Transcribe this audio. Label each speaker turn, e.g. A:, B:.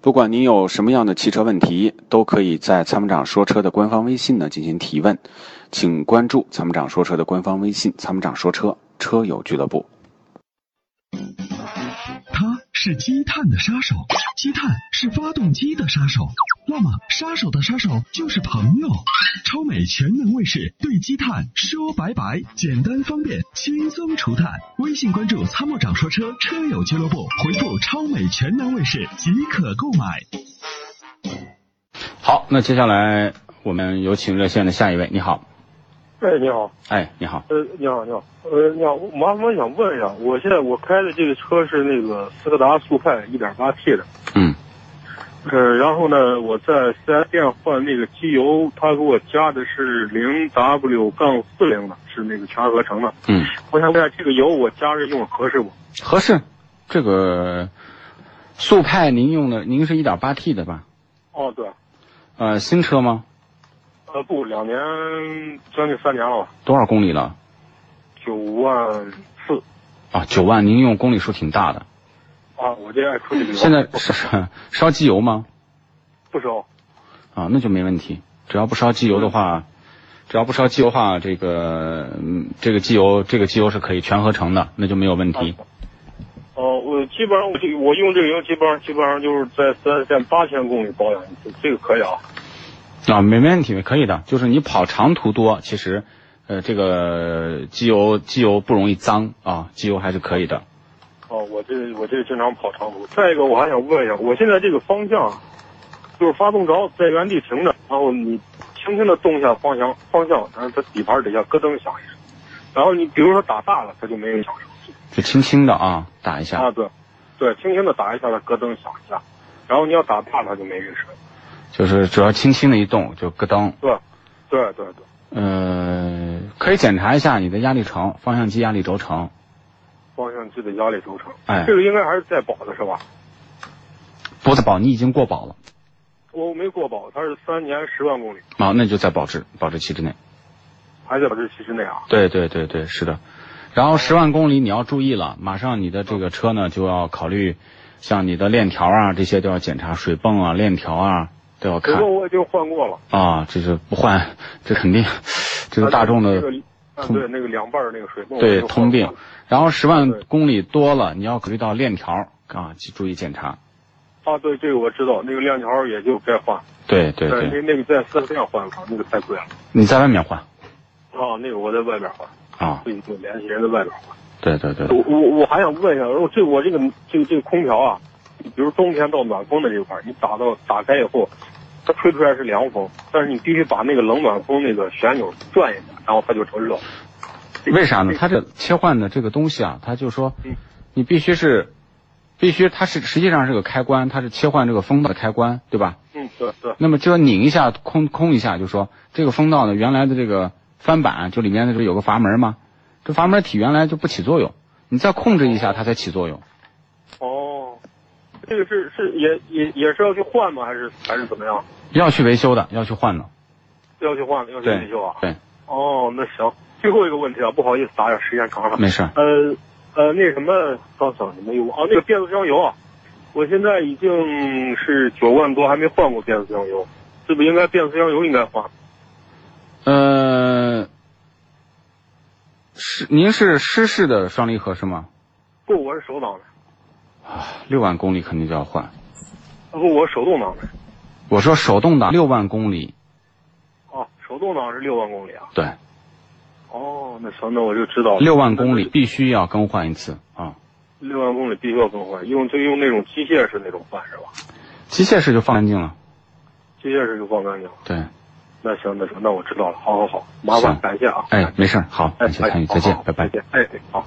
A: 不管您有什么样的汽车问题，都可以在参谋长说车的官方微信呢进行提问，请关注参谋长说车的官方微信“参谋长说车车友俱乐部
B: 它是积碳的杀手，积碳是发动机的杀手。那么，杀手的杀手就是朋友。超美全能卫士对积碳说拜拜，简单方便，轻松除碳。微信关注“参谋长说车”车友俱乐部，回复“超美全能卫士”即可购买。”。
A: 好，那接下来我们有请热线的下一位，你好，
C: 哎，你好，
A: 哎，你好，
C: 呃，你好，你好，呃，你好，我麻烦我想问一下，我现在我开的这个车是那个斯柯达速派 1.8T 的，
A: 嗯
C: 呃，然后呢，我在四 S 店换那个机油，他给我加的是零 W 杠四零的，是那个全合成的。
A: 嗯，
C: 我想问一下，这个油我加着用合适不？
A: 合适，这个速派您用的您是一点八 T 的吧？
C: 哦，对，
A: 呃，新车吗？
C: 呃，不，两年将近三年了吧，
A: 多少公里了？
C: 九万四
A: 啊，九万，您用公里数挺大的。
C: 啊，我这爱出去旅游，
A: 现在是是烧机油吗？
C: 不收，
A: 啊，那就没问题。只要不烧机油的话，只要不烧机油的话，这个嗯，这个机油这个机油是可以全合成的，那就没有问题。
C: 啊哦，我基本上我这我用这个油基本上基本上就是在四 S 店八千公里保养一次，这个可以啊。
A: 啊，没没问题，可以的。就是你跑长途多，其实，呃，这个机油机油不容易脏啊，机油还是可以的。
C: 哦，我这我这经常跑长途。再一个，我还想问一下，我现在这个方向，就是发动着在原地停着，然后你轻轻的动一下方向方向，然后它底盘底下咯噔响一声，然后你比如说打大了，它就没有响声
A: 就轻轻的啊，打一下。
C: 啊，对，对，轻轻的打一下，它咯噔响一下，然后你要打大了它就没这声，
A: 就是只要轻轻的一动就咯噔。
C: 对，对对对，
A: 呃，可以检查一下你的压力程，方向机压力轴承。
C: 方向机的压力轴承，
A: 哎
C: 这个应该还是在保的是吧？
A: 不是保，你已经过保了。
C: 我没过保，它是三年十万公里，
A: 啊，那就在保质保质期之内。
C: 还在保质期之内啊。
A: 对对对对，是的。然后十万公里你要注意了，马上你的这个车呢就要考虑，像你的链条啊这些都要检查，水泵啊、链条啊都要
C: 不
A: 看
C: 过我已经换过了。
A: 啊。这是不换，这肯定，这个大众
C: 那
A: 的
C: 个啊，对那个凉拌儿那个水泵，
A: 对
C: 我就换
A: 通病
C: 过。
A: 然后十万
C: 对
A: 公里多了，你要考虑到链条啊，去注意检查。
C: 啊，对这个我知道，那个链条也就该换，
A: 对对
C: 但
A: 对，
C: 是那那个在四 S 店换吧，那个太贵了。
A: 你在外面换
C: 啊，那个我在外边换，
A: 啊。
C: 自己就联系人在外边换。
A: 对对对，
C: 我我我还想问一下，我这我这个这个这个空调啊，比如冬天到暖风的这块儿，你打到打开以后，它吹出来是凉风，但是你必须把那个冷暖风那个旋钮转一下，然后它就成热。
A: 为啥呢？它这切换的这个东西啊，它就说
C: 嗯，
A: 你必须是，必须它是实际上是个开关，它是切换这个风道的开关，对吧？
C: 嗯，对对，
A: 那么就要拧一下，空空一下，就说这个风道呢，原来的这个翻板就里面的这有个阀门嘛，这阀门体原来就不起作用，你再控制一下它才起作用。
C: 哦，这个是是也也也是要去换吗？还是还是怎么样？
A: 要去维修的，要去换的。
C: 要去换，要去
A: 对
C: 维修啊？
A: 对，
C: 哦，那行，最后一个问题啊，不好意思打扰，时间长了。
A: 没事儿。
C: 呃呃，那什么，刚想什么油啊？那个变速箱油啊，我现在已经是九万多，还没换过变速箱油，是不是应该变速箱油应该换？
A: 呃，是您是湿式的双离合是吗？
C: 不，我是手挡的，
A: 六万公里肯定就要换。
C: 啊不，我是手动挡的。
A: 我说手动挡六万公里，
C: 哦，手动挡是六万公里啊。
A: 对，
C: 哦，那行，那我就知道了。
A: 六万公里必须要更换一次啊。
C: 那，六万公里必须要更换，用就用那种机械式那种换是吧？
A: 机械式就放干净了。
C: 机械式就放干净了。
A: 对，
C: 那行，那行，那我知道了。好好好，麻烦，
A: 行
C: 感谢啊。
A: 哎，没事儿，好，
C: 哎，
A: 感谢参与，再见，拜拜。
C: 哎，好。